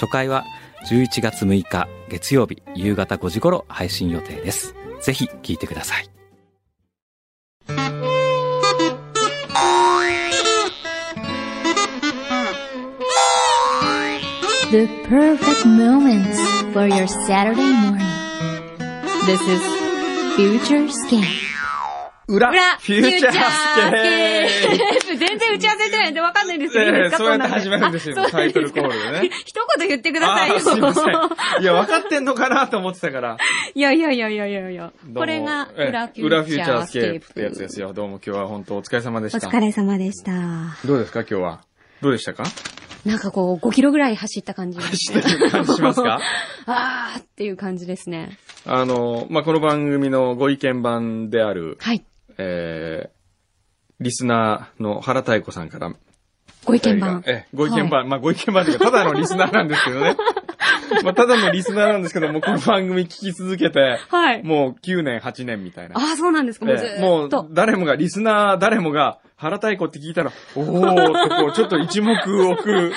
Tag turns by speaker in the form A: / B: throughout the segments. A: 初回は11月6日月曜日夕方5時頃配信予定ですぜひ聞いてください
B: The perfect moments for your Saturday morning. This is Future Scan.
C: 裏
D: 裏
C: フューチャースケー
D: ー 全然打ち合わせてないんでわかんないですけど、いい
C: え
D: で
C: え
D: すか
C: そうやって始めるんですよ、
D: そんな
C: タ
D: ん
C: イ
D: で
C: トルコールでね。
D: 一言言ってください
C: あ
D: よ。
C: あ、すいません。いや、分かってんのかなと思ってた から。
D: いやいやいやいやいやいや
C: どう。も
D: これが
C: ええ
D: 裏フュ
C: 裏
D: ー
C: フ
D: チ
C: ュー
D: ャ
C: チャー
D: ー
C: ス
D: ス
C: ケ
D: ケ
C: ー
D: ー
C: プ
D: プ
C: ってやつですよ。どうも今日は本当お疲れ様で
D: お
C: した。
D: 疲れ様でした。
C: どうですか今日は。どうでしたか
D: なんかこう、5キロぐらい走った 感じがして。
C: 走ってる感じしますか
D: あーっていう感じですね。
C: あの、まあ、この番組のご意見版である、
D: はい。
C: えー、リスナーの原太子さんから
D: ご意見番。
C: ええ、ご意見番。まあ、ご意見番というか、ただのリスナーなんですけ どね。まあ、ただのリスナーなんですけども、この番組聞き続けて、
D: はい。
C: もう9年、8年みたいな。
D: あー、そうなんですか。もうず
C: ええも
D: ーっ
C: う
D: と。
C: 誰もが、リスナー誰もが、原太鼓って聞いたら、おーってこう、ちょっと一目置く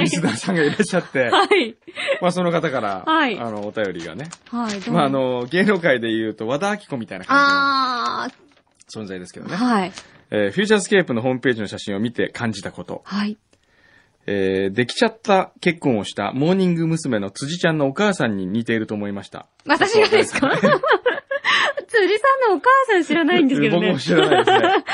C: リスナーさんがいらっしゃって、
D: はい。
C: まあその方から、
D: はい
C: あの、お便りがね。
D: はい。どうも
C: まああ、の、芸能界で言うと和田明子みたいな感
D: あ
C: じの存在ですけど
D: ー、
C: ね。
D: はい。
C: えーフューチャースケープのホームページの写真を見て感じたこと。
D: はい。
C: えーできちゃった結婚をしたモーニング娘。の辻ちゃんのお母さんに似ていると思いました。
D: 私がですか辻さんのお母さん知らないんですけど
C: 僕
D: ね
C: も。知らないです ね。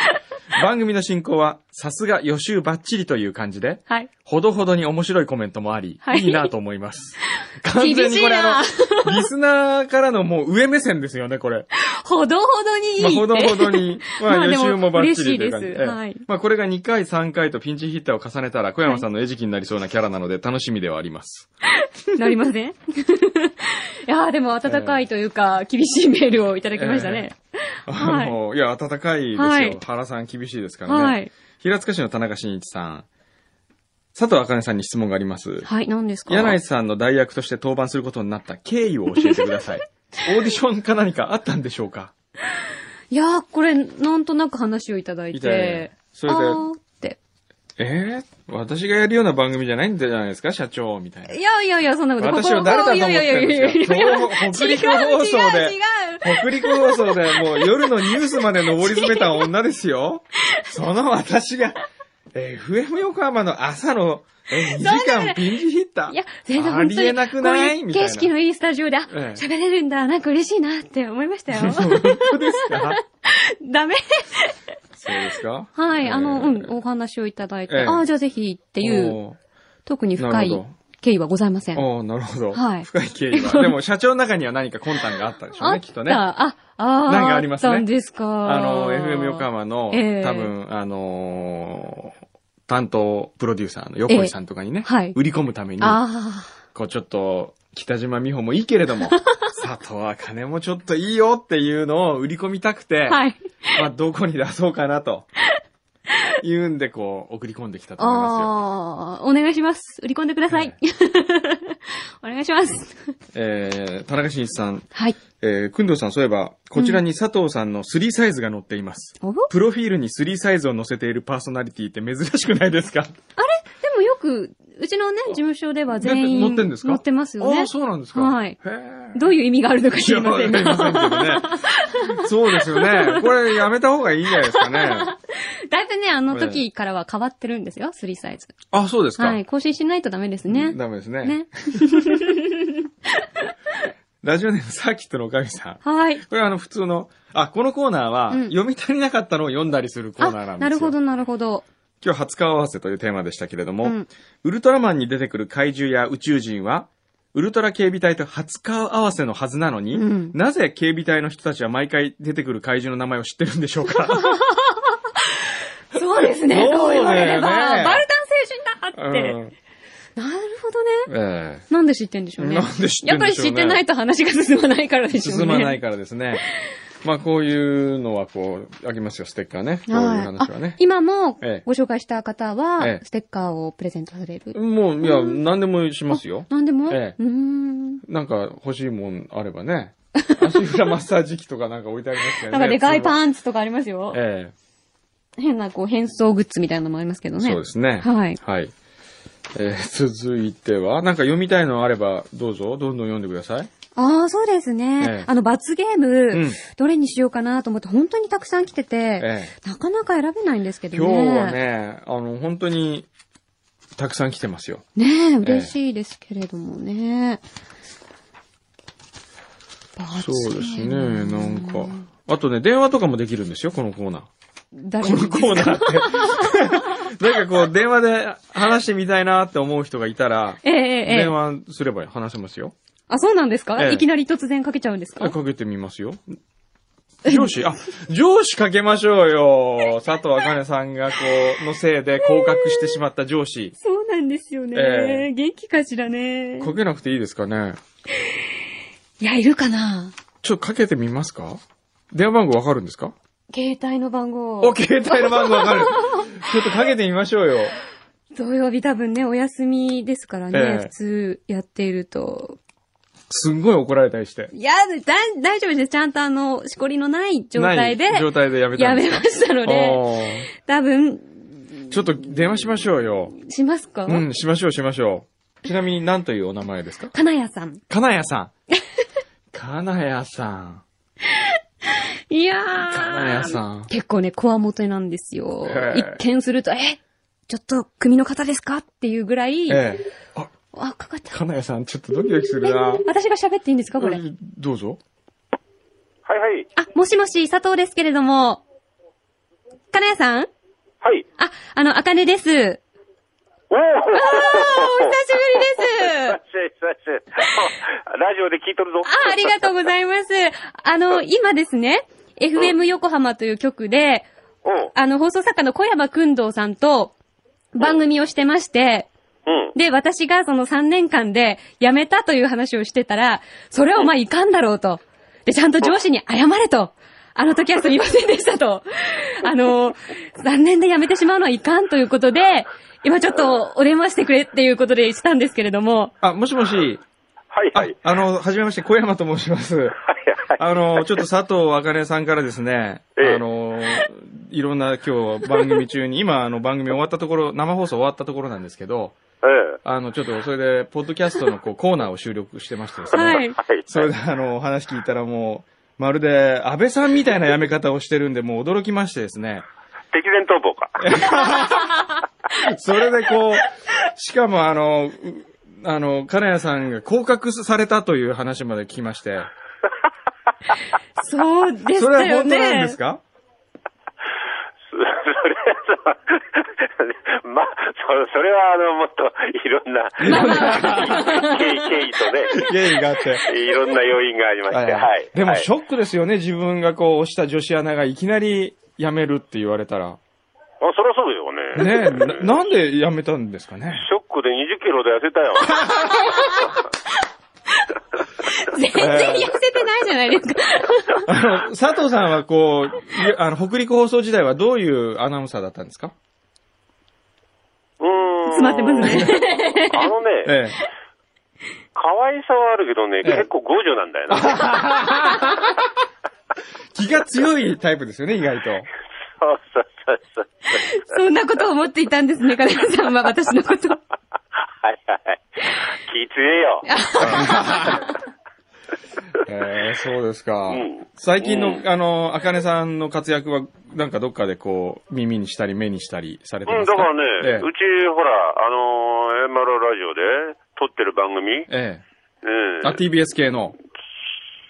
C: 番組の進行は、さすが予習バッチリという感じで、
D: はい。
C: ほどほどに面白いコメントもあり、
D: はい
C: い、いなと思います。完全にこれあ
D: 厳
C: の、リスナーからのもう上目線ですよね、これ。
D: ほどほどに いいっ
C: まあ、
D: て。
C: ほどほどに。ま
D: ま
C: あ、
D: あ
C: 予
D: でも
C: 習もバッチリという感じ
D: 嬉しい
C: え
D: です
C: え
D: はい
C: まあ、これが2回、3回とピンチヒッターを重ねたら、小山さんの餌食になりそうなキャラなので楽しみではあります。
D: なりません いやーでも温かいというか、厳しいメールをいただきましたね。
C: あの、い、や、温かいですよ。
D: はい
C: 原さん厳しいですからね。
D: はい。
C: 平塚市の田中真一さん。佐藤茜さんに質問があります。
D: はい、何ですか
C: 柳井さんの代役として登板することになった経緯を教えてください。オーディションか何かあったんでしょうか
D: いやーこれ、なんとなく話をいただい
C: いただいて
D: て。
C: それで
D: あーって。
C: えー、私がやるような番組じゃないんじゃないですか社長みたいな。
D: いやいやいや、そんなこと。
C: 私を誰だと思ってるんですか
D: いやいやいやいやいやいや
C: 東北陸放送で
D: 違う違う違う
C: 北陸放送でもう夜のニュースまで上り詰めた女ですよ。その私が、えー FM 横浜の朝の、えー2時間ピンチヒッター。
D: いや、全然本当に
C: ありえなくない
D: こうう
C: みたいな
D: 景色のいいスタジオで、あ
C: ええ
D: 喋れるんだ、なんか嬉しいなって思いましたよ。
C: 本当ですか
D: ダメ
C: そうですか
D: はい、あの、う
C: え
D: ん、
C: ー
D: お話をいただいて、
C: ええ
D: ああ、じゃあぜひっていう、
C: お
D: 特に
C: な
D: 深
C: るほ
D: い
C: ど
D: 経緯はございません。
C: ーおーなるほど。
D: はい
C: 深い経緯 は。でも、社長の中には何か魂胆があったんでしょう
D: あ
C: ね、
D: っ、
C: きったとね。あ
D: あ、ああ、
C: なんかありますね
D: ったんですか。
C: の、FM 横浜の、
D: ええ
C: 多分、あのー担当プロデューサーの横井さんとかにね、
D: ええはい
C: 売り込むために、
D: あ
C: こうちょっと、北島美穂もいいけれど も、佐藤茜もちょっといいよっていうのを売り込みたくて、
D: あ、はい。
C: まあ、どこに出そうかな と、いうんで、こう、送り込んできたと思いますよ。
D: ああ、お願いします。売り込んでください。 お願いします。
C: えー、田中真一さん、
D: はい。
C: えー、くんどうさん、そういえば、こちらに佐藤さんの3サイズが載っています。
D: おで
C: プロフィールに3サイズを載せているパーソナリティって珍しくないですか
D: もよく、うちのね、事務所では全員
C: 乗ってんですか
D: 乗ってますよ
C: あ
D: ね
C: あ、。そうなんですか
D: はい。
C: へー
D: どういう意味があるのか知りません
C: いやわ
D: が。
C: かりませんけどね。 そうですよね。これやめた方がいいんじゃないですかね。
D: だいぶね、あの時からは変わってるんですよ、スリーサイズ。
C: あ、そうですか。
D: はい、更新しないとダメですね。
C: ダメですね。
D: ね。
C: ラジオネームサーキットのおかみさん。
D: はい。
C: これはあの普通の、あ、このコーナーは、
D: うん
C: 読み足りなかったのを読んだりするコーナーなんですよ
D: あ、。なるほど、なるほど。
C: 今日初顔合わせというテーマでしたけれども、
D: うん
C: ウルトラマンに出てくる怪獣や宇宙人は、ウルトラ警備隊と初顔合わせのはずなのに、
D: うん
C: なぜ警備隊の人たちは毎回出てくる怪獣の名前を知ってるんでしょう か
D: そうですね。
C: そうだよね
D: そう言われれば、バルタン星人だっ
C: うん
D: て。なるほどね。
C: え
D: なんで知ってんでし
C: え
D: ょうね。
C: なんで知って
D: や
C: る
D: っ
C: ん
D: ぱ
C: で
D: り
C: しょうね。
D: 知ってないと話が進まないからでしょうね。
C: 進まないからです ね。まあ、こういうのはこう、あげますよ、ステッカーね。こういう話は
D: あ
C: ね、。
D: 今も
C: ええ
D: ご紹介した方
C: え
D: は、
C: え
D: ステッカーをプレゼントされる。
C: もう、いや、
D: うん
C: 何でもしますよ。
D: なんでも、
C: ええ
D: うーん。
C: なんか欲しいもんあればね。足裏マッサージ機とかなんか置いてありますけどね。
D: なんかでかい
C: ン。
D: パンツとかありますよ。
C: え
D: 変なこう変装グッズみたいなのもありますけど
C: え
D: ね。
C: そうですね。
D: はい。
C: はい。えー続いては、なんか読みたいのあれば、どうぞ、どんどん読んでください。
D: ああ、そうですね。
C: ええ
D: あの、罰ゲーム、
C: うん
D: どれにしようかなと思って、本当にたくさん来てて、
C: え
D: なかなか選べないんですけ
C: え
D: ど
C: 今
D: ね。
C: 日は。ね、あの、本当に、たくさん来てますよ。
D: ねえ、嬉しいですけれどもね。罰
C: そうですね、
D: ゲーム
C: なんか。あとね、電話とかもできるんですよ、このコーナー。
D: 誰
C: このコーナー って。なんかこう、電話で話してみたいなって思う人がいたら、
D: ええええええ
C: 電話すれば話せますよ。
D: あ、そうなんですか、
C: ええ
D: いきなり突然かけちゃうんですか
C: かけてみますよ。上司あ、上司かけましょうよ。佐藤茜さんがこう、のせいで降格してしまった上司。
D: そうなんですよね、
C: ええ
D: 元気かしらね。
C: かけなくていいですかね。
D: いや、いるかな
C: ちょっとかけてみますか電話番号わかるんですか
D: 携帯の番号。
C: お、携帯の番号わかる。ちょっとかけてみましょうよ。
D: 土曜日多分ね、お休みですからね、
C: ええ
D: 普通やっていると。
C: すんごい怒られたりして。
D: いや、だ大丈夫です。ちゃんとあの、しこりのない状態で
C: ない状態でやめた
D: や
C: んです
D: め
C: か
D: ましたので、
C: お
D: 多分、
C: ーちょっと電話しましょうよ。
D: しますか、
C: うん、しましょうしましょう。ちなみに何というお名前 ですか
D: 金谷さん。
C: 金谷さん。金谷さん。
D: いやー。
C: 金谷さん。
D: 結構ね、こわもてなんですよ
C: へ。え
D: 一見すると、えちょっと、組の方ですかっていうぐらい、
C: ええ。あ、
D: あ、かかった。
C: 金谷さん、ちょっとドキドキするな。
D: 私が喋っていいんですかこれ。
C: どうぞ。
E: はいはい。
D: あ、もしもし、佐藤ですけれども。金谷さん
E: はい。
D: あ、あの、あかねです。お久し
E: おー
D: ぶりです。
E: 久しぶりです。ラジオで聞いとるぞ。
D: あ、ありがとうございます。あの、今ですね、FM 横浜という曲で、
E: おう。
D: あの、放送作家の小山くんどうさんと番組をしてまして、
E: うん。
D: で、私がその3年間で辞めたという話をしてたら、それをまあいかんだろうと。で、ちゃんと上司に謝れと。あの時はすみませんでしたと。あの、残念で辞めてしまうのはいかんということで、今ちょっとお電話してくれっていうことでしたんですけれども、
C: あ、もしもし。
E: はい
C: あ
E: はい。、
C: あの、はじめまして、小山と申します。
E: はいはい。
C: あの、ちょっと佐藤茜さんからですね、
E: ええ
C: あの、いろんな今日番組中に、今あの番組終わったところ、生放送終わったところなんですけど、
E: え
C: あの、ちょっとそれで、ポッドキャストのこうコーナーを収録してましてですね、
D: はい。
E: え。はい。
C: それであの、お話聞いたらもう、まるで安倍さんみたいな辞め方をしてるんで、もう驚きましてですね、
E: 敵前逃亡か。
C: それでこう、しかもあの、うあの、金谷さんが降格されたという話まで聞きまして、
D: そうでした
C: それは
D: よ
C: 本
D: ね。
C: 当なんですか
E: そそれは、そま、そそれはあの、もっといろんな、経緯経緯とね、
C: 原因があって。
E: いろんな要因がありまして、はい。
C: でも
E: はい
C: ショックですよね、自分がこう押した女子アナがいきなり辞めるって言われたら。
E: あそりゃそうですよ
C: ねえ、
E: ね。
C: な なんで辞めたんですかね。
E: ショックで20キロで痩せ たよ。
D: 全然痩せてないじゃないですか。
C: あの、佐藤さんはこう、いあの、北陸放送時代はどういうアナウンサーだったんですか
E: うーん。
D: 詰まってますね。
E: あのね、
C: ええ。
E: 可愛さはあるけどね、
C: ええ
E: 結構強情なんだよな。
C: 気が強いタイプですよね、意外と。
E: そうそうそうそう。
D: そんなことを思っていたんですね、金谷さんは私のこと。
E: はいはい。気強 えよ。
C: ええ、そうですか
E: うん。
C: 最近
E: う
C: の、あの、あかねさんの活躍は、なんかどっかでこう、耳にしたり目にしたりされて
E: う
C: ま
E: ん、
C: す
E: だ
C: か
E: からね、うち、ほら、あのー、MRO ラジオで撮ってる番組、
C: ええ。え
E: う
C: え。
E: ん
C: あ、TBS 系の。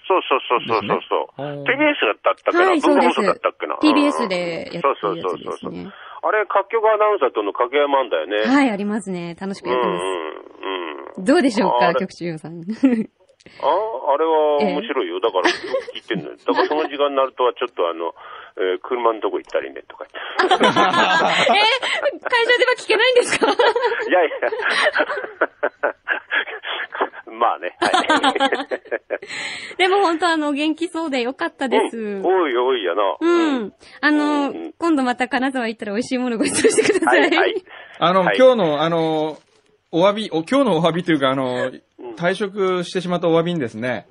E: そうそうそうそうそう。
C: ですね
E: TBS だったっけな、
D: はい、そう
E: 文化
D: で
E: 放
D: す
E: 送だったっけな。。
D: TBS でやってるや
E: そう
D: つ
E: そう
D: で
E: そうそ
D: す
E: う
D: ね。
E: あれ、各局アナウンサーとの掛け合いもあんだよね。
D: はい、ありますね。楽しく
E: うん
D: や
E: う
D: ってます。
E: んうん。
D: どうでしょう
E: あ
D: か、
E: れ
D: 局長 さん。
E: ああれは
D: ええ
E: 面白いよ。だから、よく聞いてんのよ。だからその時間になるとは、ちょっとあの、えー車のとこ行ったりねとか。
D: えー、会社では聞けないんですか
E: いやいや。 まあね。はい
D: でも本当あの、元気そうでよかったです。
E: うんおいおいやな。
D: うん。あの、
E: うん
D: 今度また金沢行ったら美味しいものご馳走してくだ
E: は
D: さい。
E: いはい。
C: あの、
E: はい
C: 今日の、あの、お詫び、お今日のお詫びというか、あの、退職してしまったお詫びにですね、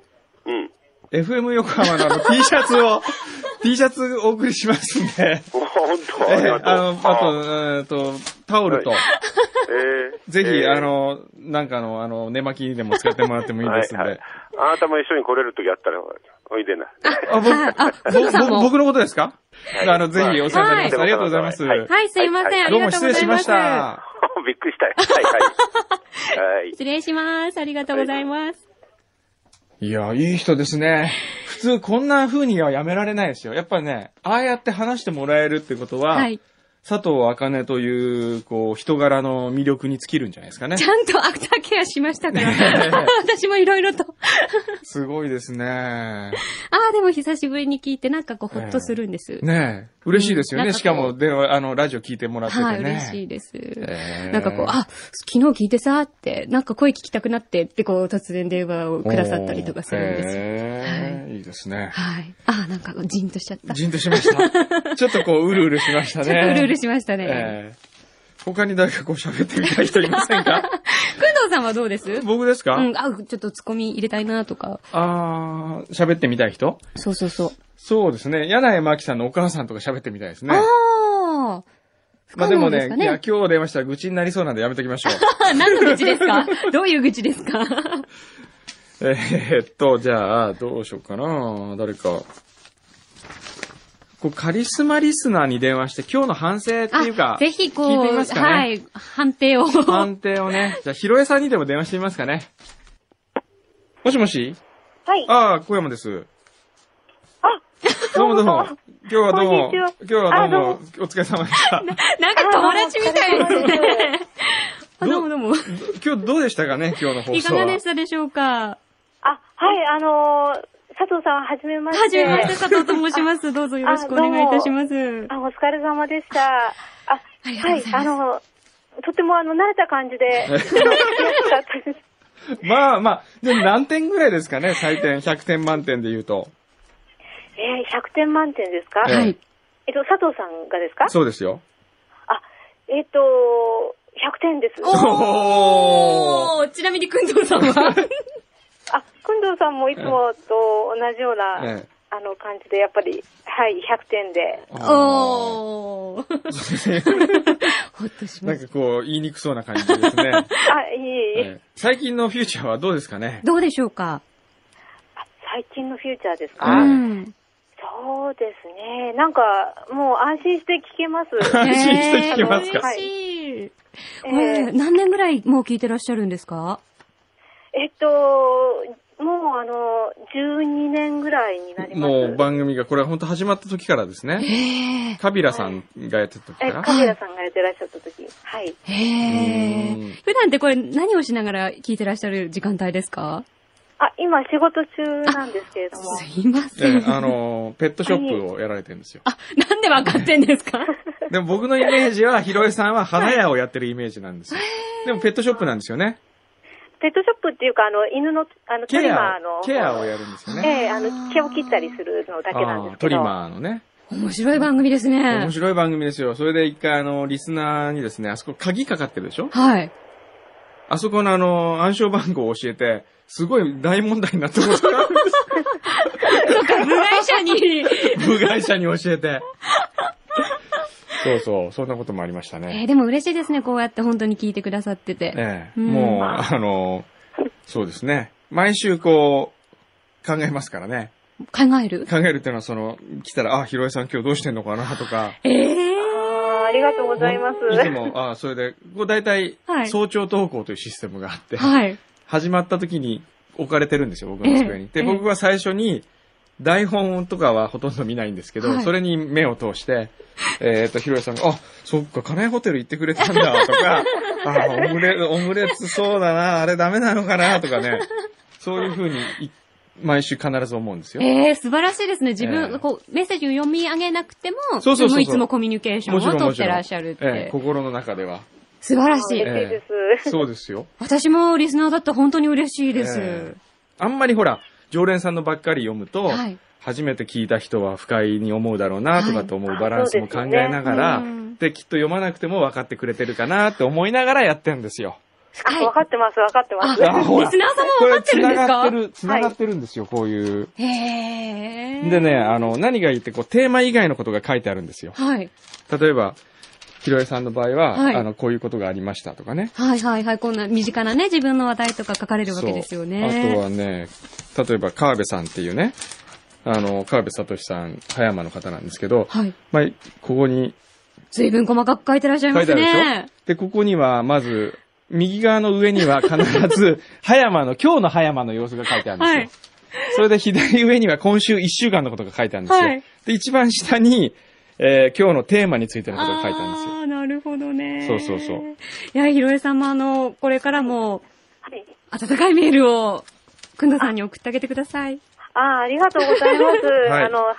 E: うん。
C: FM 横浜のあの T シャツを、T シャツお送りしますんで、
E: お本当
C: え
E: ありがとう。
C: あの、あと、
E: あ
C: えーと、タオルと、
E: はいえー
C: ぜひ、
E: えー
C: あの、なんかの、あの、寝巻きでも使ってもらってもいいですんで。
E: はいはい、あなたも一緒に来れる時あったら、おいでな。
C: あ、僕、
D: あ、あ、く
C: ぼ
D: にさん
C: ぼ
D: も。
C: 僕のことですか、
E: い
C: あの、ぜひお世話になります。
E: はい
C: ありがとうございます。
E: はい
D: はい、すいません。あ
C: どう
D: り
C: も
D: がと
C: 失
D: うご
C: 礼
D: ざ
C: し
D: い
C: ま
D: ま
C: し
D: す。
C: た。
E: びっくりしたよ。はいはい。はい。
D: 失礼します。ありがとうございます。
C: いや、いい人ですね。普通こんな風にはやめられないですよ。やっぱね、ああやって話してもらえるってことは、
D: はい。
C: 佐藤茜という、こう、人柄の魅力に尽きるんじゃないですかね
D: ち。ゃんとアフターケアしまし たから。私もいろいろと。
C: すごいですね。
D: ああ、でも久しぶりに聞いてなんかこうほっとするんです。
C: ねえ、嬉しいですよ
D: うん
C: ね。
D: なん
C: し
D: か
C: か
D: こう
C: も、電話、あの、ラジオ聞いてもらっててね。
D: はい、嬉しいです。
C: えー
D: なんかこう、あ、昨日聞いてさって、なんか声聞きたくなってってこう突然電話をくださったりとかするんですよ。
C: へえいいですね。
D: はい。あ、なんかジーンとしちゃった。ち
C: じんとしま した。ちょっとこう、うるうるしました
D: ょっ
C: ね。
D: とうるうるしました
C: え
D: ね。
C: え他に誰かこう喋ってみたい人いません か
D: 工藤さんはどうです
C: 僕ですか、
D: うん、あ、ちょっとツッコミ入れたいなとか。
C: あー喋ってみたい人
D: そうそうそう。
C: そうですね。柳井真紀さんのお母さんとか喋ってみたいですね。
D: ああ。不
C: まあ
D: 可
C: でも
D: 能です
C: ね
D: か、
C: いや、
D: ね。
C: 今日電話したら愚痴になりそうなんでやめときま しょう。
D: あ何の愚痴ですかどういう愚痴ですか
C: えーっと、じゃあ、どうしようかな。誰か。こう、カリスマリスナーに電話して、今日の反省っていうか
D: あ、、ぜひこ
C: 聞いてみ
D: う、
C: ますかね
D: はい、判定を。
C: 判定をね。じゃあ、ひろえさんにでも電話してみますかね。もしもし
F: はい。
C: ああ、小山です。どうもどうも。今日はどうも。
F: こんにちは
C: 今日はどうも
F: あどうも。
C: お疲れ様でした。
D: なんか友達みたいですね。あ、
C: どう
D: どうもどうも。
C: 今日どうでしたかね今日の放
D: いか
C: 送は。
D: がでしたでしょうか
F: あ、はい、あのー佐藤さん、はじめま
D: は
F: し
D: じめ
F: て。
D: まして、佐藤と申します。どうぞよろしくお願いいたします。
F: あ、お疲れ様でした。あ、
D: ありがとう
F: は
D: ご
F: い
D: ざい、ま
F: あ
D: す
F: のーとてもあの、慣れた感 じで、楽しかったです。
C: まあまあ、でも何点ぐらいですかね採点。100点満点で言うと。
F: えー100点満点ですか
C: ええ
D: はい。
F: えっと、佐藤さんがですか
C: そうですよ。
F: あ、えっと、100点です。
C: お
D: おーちなみに、くんどうさんは
F: あ、くんどうさんもいつもと同じような、
C: ええ
F: あの、感じで、やっぱり、はい、100点で。
C: あ
D: おー
C: ー
D: ほっとし
C: な
D: ま
C: ん
D: す。
C: かこう、言いにくそうな感じですね。
F: あ、いえいえ。
C: ええ最近のフューチャーはどうですかね
D: どうでしょうか
F: 最近のフューチャーですか、
D: う
C: はい
D: ん。
F: そうですね。なんか、もう安心して聞けます。
C: 安心して聞けますか
D: えー嬉しい。
F: え
D: これ、
F: ー
D: 何年ぐらいもう聞いてらっしゃるんですか
F: えっと、もうあの、12年ぐらいになります。
C: もう番組が、これは本当始まった時からですね。
D: へえ。
C: カビラさんがやってた時か
F: え、
C: ら。
F: カメラさんがやってらっしゃった時。はい。
D: へ
C: うん
D: え。普段ってこれ何をしながら聞いてらっしゃる時間帯ですか
F: あ、今仕事中なんですけれども。
D: すいませ
C: ええ
D: ん。
C: あの、ペットショップをやられてるんですよ。
D: なんでわかってんですか
C: でも僕のイメージは、ひろえさんは花屋をやってるイメージなんですよ。でもペットショップなんですよね。
F: ペットショップっていうか、あの、犬の、あの、ト
C: ケ
F: リマ
C: ア
F: ーの
C: を、。ケアをやるんですよね。
F: ええあの、毛を切ったりするのだけなんで
C: あー
F: す
C: ト
F: け
C: リ
F: ど。
C: マーのね。
D: 面白い番組ですね
C: 面。白い番組ですよ。それで一回あの、リスナーにですね、あそこ鍵かかってるでしょ
D: はい。
C: あそこのあの、暗証番号を教えて、すごい大問題になったことがあるんで
D: そうか、部外者に。
C: す。部外者に教えて。そうそう、そんなこともありました
D: えー
C: ね。
D: でも嬉しいですね、こうやって本当に聞いてくださってて。
C: ええ
D: うん
C: もう、あの、そうですね。毎週こう、考えますからね。
D: 考える
C: 考えるっていうのはその、来たら、あ、ひろえさん今日どうしてんのかなとか。
D: ええ
F: あーありがとうございます。
C: いつも、あそれで、こう大体
D: は、い
C: 早朝投稿というシステムがあって、
D: はい。
C: 始まった時に置かれてるんですよ、僕の机に。
D: え
C: で、
D: え
C: 僕は最初に、台本とかはほとんど見ないんですけど、
D: はい
C: それに目を通して、えっ、と、ひろやさんが、あ、そっか、金谷ホテル行ってくれたんだ、とか、 あ、オムレ、オムレツそうだな、あれダメなのかな、とかね、そういうふうにい毎週必ず思うんですよ。
D: ええ素晴らしいですね。自分、
C: ええ
D: こう、メッセージを読み上げなくても、
C: そうそうそうそう
D: でもいつもコミュニケーション
C: もちろ
D: を
C: んも
D: 取っ
C: ちろ
D: て
C: ん
D: らっしゃるって。
C: ええ心の中では。
D: 素晴らしい、
C: え
F: 嬉しいです。
C: そうですよ。
D: 私もリスナーだったら本当に嬉しいです。
C: ええあんまりほら、常連さんのばっかり読むと、
D: はい
C: 初めて聞いた人は不快に思うだろうなとかと思うバランスも考えながら、
D: はいあそうですよねうん
C: で、きっと読まなくても分かってくれてるかなって思いながらやってるんですよ。
D: はい
F: 分かってます、分かってます。
D: あ
C: ほら
D: リスナーさんも分かってるんで
C: これ繋
D: すか
C: がってる、繋がってるんですよ、こういう。
D: へえ
C: でね、あの、何がいいって、こう、テーマ以外のことが書いてあるんですよ。
D: はい。
C: 例えば、ひろえさんの場合は、
D: はい
C: あの、こういうことがありましたとかね。
D: はいはいはい。こんな身近なね、自分の話題とか書かれるわけですよね。
C: そうあとはね、例えば、川辺さんっていうね、あの、川辺聡さん、葉山の方なんですけど、
D: はい。
C: まあ、ここに
D: 随分細かく書いてらっしゃい
C: 書
D: ま
C: いて
D: す
C: あるでしょ
D: ね。
C: で、ここには、まず、右側の上には必ず、葉山の、今日の葉山の様子が書いてあるんですよ。
D: はい
C: それで左上には今週1週間のことが書いてあるんですよ。
D: はい
C: で、一番下に、えー今日のテーマについてのことが書いてあるんですよ。
D: あー、なるほどね。
C: そうそうそう
D: いや、ひろえさんもあの、これからも、
F: はい
D: 温かいメールを、くんどさんに送ってあげてください。
F: ああ、ありがとうございます。
C: はい
F: あの、はい。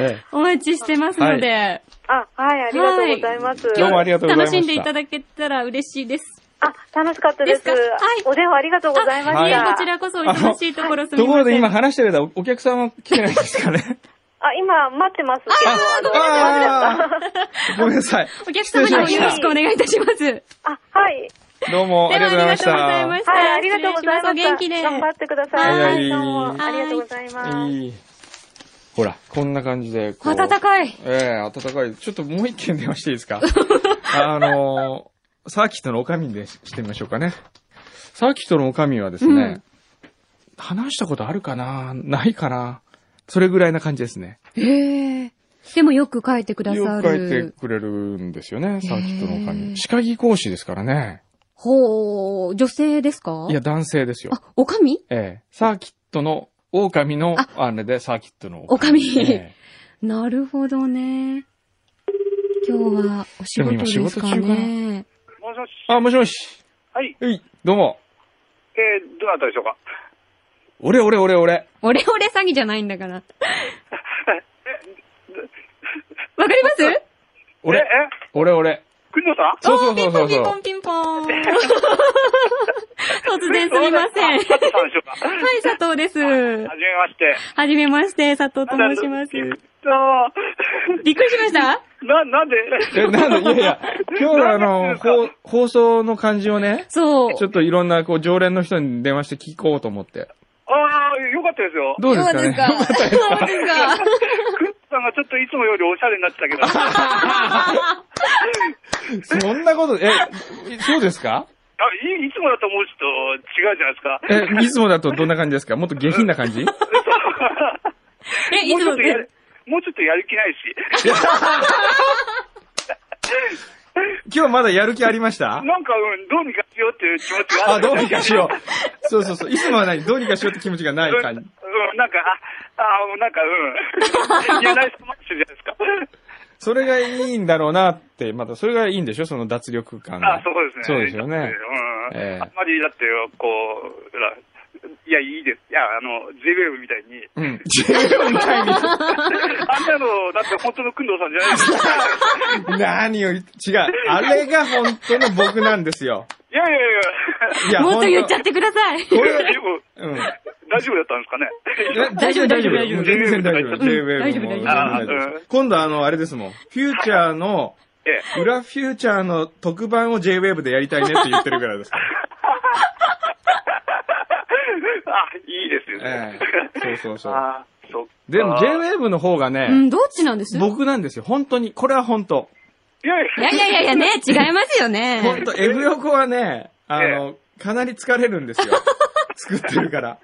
C: え
D: お待ちしてますので、
F: あ、はい、ありがとうございます。
C: どうもありがとうございました
D: 楽しんでいただけたら嬉しいです。
F: あ、楽しかったです。
D: ですかはい
F: お電話ありがとうございました。
C: あり
D: いえ
C: が
D: こちらこそお忙しいところす
C: え
D: み
C: とこ
D: ません。
C: ろで今話してる間、おお客さんは来てないですか ね
F: あ、今待ってますけど。
C: ああーごめんな さい。
D: お客様にもよろしくお願いいたします。で
F: あ、はい。
C: どうもありがとうございまし
D: はありがとうござ
C: た
D: いまし。
F: はい、ありがとうございました。
D: お元気で。
F: 頑張ってください。
C: はい
F: どうも
C: はい
F: ありがとうございます。
C: いいほら、こんな感じで。こう
D: 暖かい。
C: ええ暖かい。ちょっともう一件電話していいですか あのーサーキットのおかみでしてみましょうかね。サーキットのおかみはですね、
D: うん
C: 話したことあるかなないかなそれぐらいな感じですね。
D: へえ。でもよく書いてくだ
C: よ
D: さ
C: く書いて
D: る。
C: くれるんですよね、サーキットのおか
D: へえ
C: み。歯科技講師ですからね。
D: ほう、女性ですか
C: いや、、男性ですよ
D: あ。、おかみ
C: ええサーキットの狼の
D: あ
C: あれでサーキットの
D: おかみ。
C: ええ
D: なるほどね。今日はお仕事ですか
C: でも今仕事
D: ね。
E: もしもし。
C: あ、もしもし。
E: はい。
C: うい、どうも。
E: えー、どなたでしょうか。
C: 俺、俺、俺、俺。
D: オレオレ詐欺じゃないん だから。わかります
C: 俺、
E: え、え、
C: 俺、俺。
E: 国野さん
C: そう
D: お
C: そ
D: ー
C: う
D: ピ
C: そ
D: ン
C: うそ
D: ポン
C: う
D: ピ
C: そ
D: ン
C: う
D: ポ。ンピンポン。突 然すみません。は
E: あ
D: い、
E: 佐藤さんでしょうか。は
D: 佐藤です。
E: はじめまして。
D: はじめまして、佐藤と申します。
E: あ
D: びっくりしました
E: ー な、なんで
C: え、なんで、いやいや、今日はあの、ほう放送の感じをね、
D: そう。
C: ちょっといろんな、こう、常連の人に電話して聞こうと思って。
E: ああ、よかったですよ。
C: ど うですかね
D: どうですかどうですか
E: クッさんがちょっといつもよりおしゃれになってたけど。あ、
C: そんなこと、え、そうですか
E: いいつもだと思う人と違うじゃないですか。
C: え、いつもだとどんな感じですかもっと下品な感じ
D: え、い
E: もう
D: つ
E: ちょっ
D: も
E: と、やる、もうちょっとやる気ないし。
C: 今日まだやる気ありました
E: なんか、うん、どうにかしようっていう気持ちがあ
C: あ、
E: る
C: どうにかしよう。そうそうそう。いつもはない。どうにかしようって気持ちがない感じ。
E: うん、なんか、あ、あなんか、う ん。言えない人もしてるじゃないですか。
C: それがいいんだろうなって、またそれがいいんでしょその脱力感が。
E: あ、そうですね。
C: そうですよね。
E: うん。
C: ええ
E: あんまりだって、こう、ほらいや、いいです。いや、あの、JWAVE みたいに。
C: うん。みたいに。
E: あんなの、だって本当の工藤さんじゃないですか。
C: 何を言って、違う。あれが本当の僕なんですよ。
E: いや
C: い
E: いやいやいや。
C: や、
D: もっと言っちゃっ
C: って
D: ください。
C: こ
E: これ
C: れ、うん。
E: 大丈夫だったんですかね。
C: 大丈夫、大丈夫。全然大丈夫。
E: うん
D: 大丈夫
C: 全然
E: 大丈夫
C: 大丈夫今度あの、あれですもん。フューチャーの、
E: ええ。
C: 裏フューチャーの特番を JWAVE でやりたいねって言ってるぐらいです。
E: あ、いいですよ
C: え
E: ね。
C: え。そうそうそう。
E: あーそっか
C: でも JWAVE の方が
D: う
C: ね、
D: ん、どっちなんです
C: 僕なんですよ。本当に。これは本当。
E: いやい
D: い
E: や
D: やいやいやいやね、 違いますよ
C: 本
D: ね。
C: 当 F 横はね、あの、かなり疲れるん ですよ。作ってるから。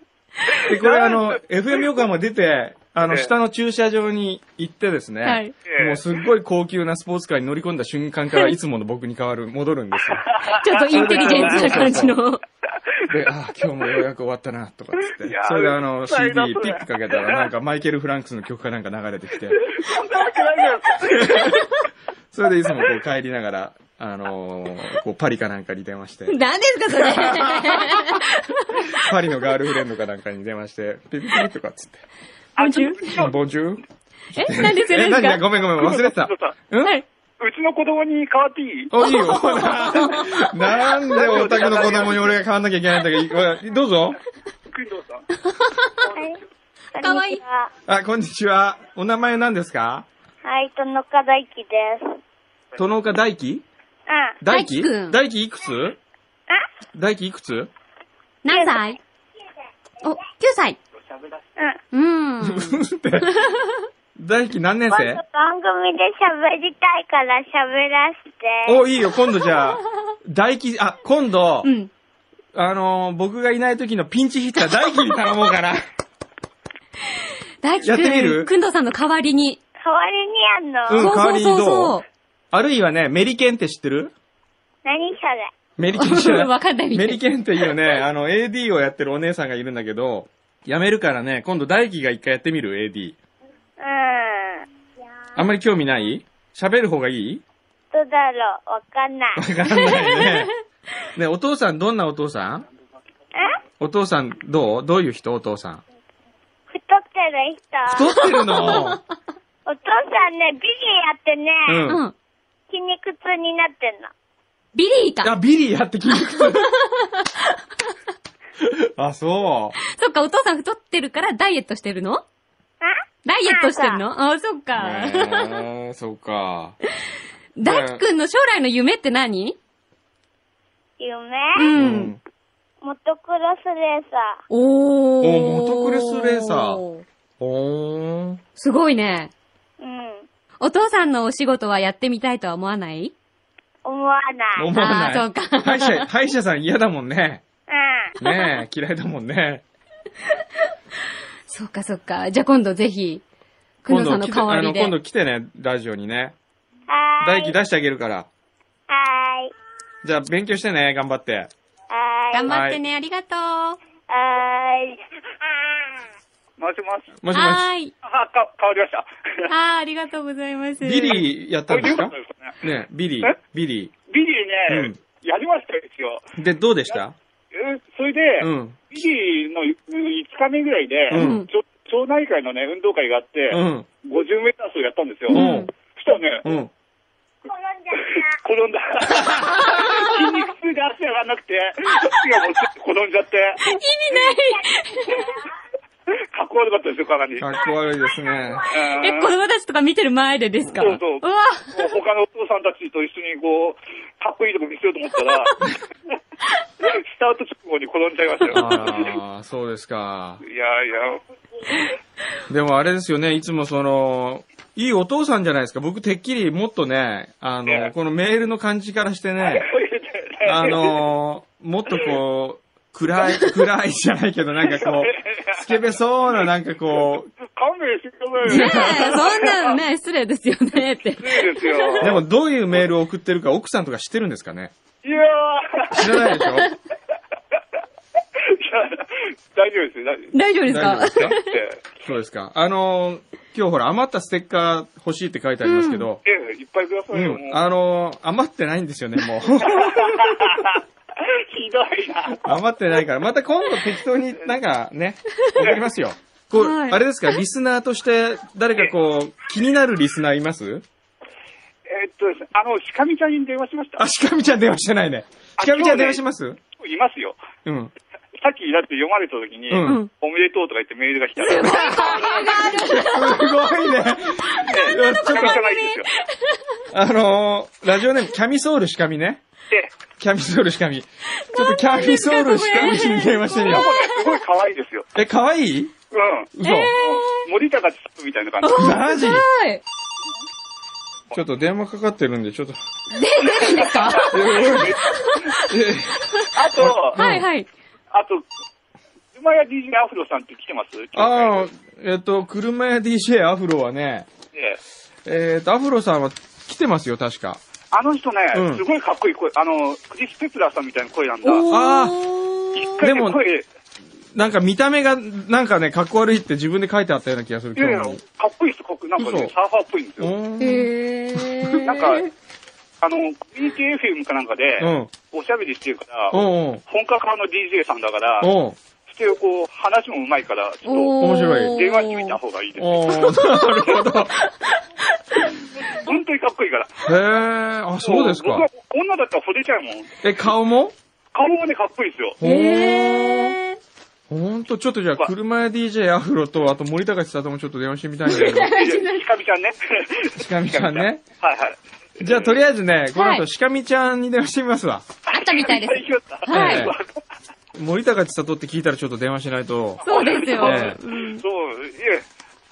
C: で、これあの、FM 横浜出て、あの、
E: ええ
C: 下の駐車場に行ってですね、
D: はい。
E: ええ
C: もうすっごい高級なスポーツカーに乗り込んだ瞬間からいつもの僕に変わる、戻るんですよ。
D: ちょっとインテリジェンスな感じの。
C: で、ああ、今日もようやく終わったな、とかっつっ
E: い
C: て
E: や。ー
C: それであの、
E: うっ
C: CD
E: さいなそ
C: ピ
E: れ
C: ックかけたらなんかマイケル・フランクスの曲かなんか流れて きて、
E: そんなわけない じゃないですか。
C: それでいつもこう帰りながら、 あのーこうパリかなんかに電話して、
D: 何ですか、それ。
C: パリのガールフレンドかなんかに出まして、ピピピとかっつって。
D: ボンジュール
C: ボンジュール
D: え、何ですか、
C: え、何
D: 何です
C: だ
D: か
C: ごめんごめん、忘れてた。うん
D: はい。
G: うちの子供に変わっていい
C: お、いいよ。 なんでオタクの子供に俺が買わなきゃいけないんだけどいい、どうぞ。
G: 工藤さん。
F: はい。
D: かわいい
F: こんにちは
C: あ、こんにちは。お名前何ですか
F: はい、とのか大輝です。うん。
C: 殿岡大輝
F: あ、
C: 大輝
D: 大輝くん
C: 大輝いくつ大輝いくつ
D: 何歳お、9歳。
F: う
D: うーん。
C: って。大輝何年
F: ん。今
C: 生
F: 度番組で喋りたいから喋らせて。
C: お、いいよ、今度じ ゃあ、大輝、あ、今度、
D: うん。
C: あのー僕がいない時のピンチヒッター大輝に頼もうか な。
D: 大輝
C: やってみ
D: くん、
C: る
D: くんどうさんの代わりに。
F: 代わりにやん
C: うん
D: そ
F: の、
C: 代
D: う
C: わ
D: そ
C: り
D: う
C: に
D: そ
C: どう
D: うそ
C: あるいはね、メリケンって知ってる
F: 何それ
C: メリケン知ら
D: わかんないみたい
C: メリケンっていう ね、あの、AD をやってるお姉さんがいるんだけど、やめるからね、今度大輝が一回やってみる、AD。
F: うん。
C: あんまり興味ない喋る方がいい
F: どうだろうわかんない。
C: わかんないね。ね、お父さん、どんなお父さん
F: え
C: お父さん、どうどういう人お父さん。
F: 太ってる
C: 太
F: 人。
C: ってるの
F: お父さんね、ビリやってね、
C: う
D: う。
C: ん。
D: うん。
F: 筋肉痛になってんの。
D: ビリー
C: あ、
D: か。
C: ビリーやって聞いた。あ、そ
D: そっか、お父さん太ってるからダイエットしてるの
F: あ
D: ダイエットしてるのあ、そっ
C: う。
D: か。
C: へー、そうか。
D: 大輝くんの将来の夢って何
F: 夢、
D: うん
C: うん。
F: モトクロスレーサ
D: おー。
C: おモトクロスレーサー。ほーん。
D: すごいね。
F: ー。うん。
D: お父さんのお仕事はやってみたいとは思わない
F: 思わない。
C: 思わない。
D: あーそうか
C: 歯医者、歯医者さん嫌だもんね。
F: う
C: ねえ、嫌いだもん ね。
D: そっかそっか。じゃあ今度ぜひ、くのさんの
C: 来て、
D: 代わ
C: あ
D: り
C: の、
D: で
C: 今。度来てね、ラジオにね。
F: ん。はー
C: 大
F: い。
C: 輝出してあげるから。
F: はーい。
C: じゃあ、勉強してね、頑張って。
F: はーい。
D: 頑張ってね、ありがとう。
F: はーい。
G: もしもし。
C: もしも
D: は
C: し。
D: ーい。
G: あ、か、変わりました。
D: あー、ありがとうございます。
C: ビリーやったんですか
G: これ良かったですね
C: ねえビリー
G: え、
C: ビリ
G: ビリーね、やりましたよ、一応。
C: ー。で、どうでした
G: えそれで、
C: うん。
G: ビリーの5日目ぐらいで、
C: うん
G: ちょ町内会のね、運動会があって、
C: うん。
G: 50メーター走やったんですよ。
C: うん
G: そしたらね、
C: うん。
F: 転んじゃ
G: 転 んだ。筋肉痛で足上がんなくて、足がもうちょっと転 んじゃって、かっこ悪かったですよ、かなり。
C: かっこ悪いですね。
G: うん
D: え、子供たちとか見てる前でですか
G: そうそう
D: わ
G: もう他のお父さんたちと一緒にこう、かっこいいとこ見せようと思った ら、スタート直後に転んじゃいましたよ。
C: ああ、そうですか。
G: いやいや、
C: でもあれですよね、いつもその、いいお父さんじゃないですか。僕、てっきりもっとね、あの、このメールの感じからしてね、あのー、もっとこう、暗い、暗いじゃないけど、なんかこう、スケベそうな、なんかこ
G: 勘弁してください
D: ねえ
G: よ。
D: そんなのね、失礼ですよね、って。
G: いいですよ。
C: う、でもどういうメールを送ってるか奥さんとか知ってるんですかね
G: いやー
C: 知らないでしょ
G: いや大丈夫ですよ、大丈夫
D: 大丈夫です
C: 大丈夫
D: か
C: ですか
G: です。
C: そうですか。あのー、今日ほら余ったステッカー欲しいって書いてありますけど、
G: ええ、いっぱいくださ
C: う
G: いよ。
C: ん、
G: もう
C: あのー、余ってないんですよね、 もう。
G: ひどいな。
C: 余ってないから、また今度適当になんかね、送りますよ。こう、
D: はい
C: あれですか、リスナーとして誰かこう、気になるリスナーいます
G: えっとですね、あの、しかみちゃんに電話しました。
C: あ、しかみちゃん電話してないね。しかみちゃん電話します
G: いますよ。
C: うん。
G: さっきだって読まれた時に、
C: うん
G: おめでとうとか言ってメールが来 たら、
C: すごいね。ち
G: し
C: ょっ
G: かみじゃないんですよ。
C: と、あのー、ラジオネーム、キャミソールしかみね。
G: で、
C: キャミソールしかみ。ちょっとキャミソールしかみに電話してみよう。
G: すごい可愛いですよ。
C: え、可愛いいう嘘、
G: ん。森高千里みたいな感じ。
C: マジ
D: はい。
C: ちょっと電話かかってるんで、ちょっと。
D: いいんですか
G: あと、
D: はいはい。
G: あと、馬屋 DJ アフロさんって来てます
C: ああ、えっと、車屋 DJ アフロはね、
G: ええ
C: えっと、アフロさんは来てますよ、確か。
G: あの人ね、
C: うん
G: すごいかっこいい声。あの、クリス・ペプラーさんみたいな声なんだ。
D: お
C: あ
D: ー。
G: 一回
C: で
G: ね
C: も
G: 声、い
C: なんか見た目が、なんかね、かっこ悪いって自分で書いてあったような気がする、
G: やいや、
C: 今
G: か
C: 日
G: っこいい人、かっこいいなんかね
C: 嘘、
G: サーファーっぽいんですよ。
C: も。
D: へー。
G: なんか、あの、コミュニティ FM かなんかで
C: う、ん。
G: おしゃべりしてるから、
C: うん。うん。
G: 本格派の DJ さんだから、
C: うん。
G: 一応こう、話もうまいから、ちょっ
D: おー
C: 面白
G: と、電話してみた方がいいですね。
C: おー、なるほど。
G: 本当にかっこいいか
C: へ
G: ら。
C: え、あ、そうです
G: 僕
C: か
G: は。女だったら惚れちゃうもん。
C: え、顔も
G: 顔もね、かっこいいですよ。
C: おー。
D: へえ。
C: ほんと、ちょっとじゃあ、車屋 DJ アフロと、あと森高千里もちょっと電話してみたいんだけど。
G: しかみちゃ んね。
C: しかみちゃんね。
G: はいはい。
C: じゃあ、とりあえずね、この
D: は
C: 後、
D: い
C: しかみちゃんに電話してみますわ。
D: あったみたいです。
G: 行きました
D: はい
C: ええ森高千里って聞いたらちょっと電話しないと。
D: そうですよ。
C: ええ
G: そう、い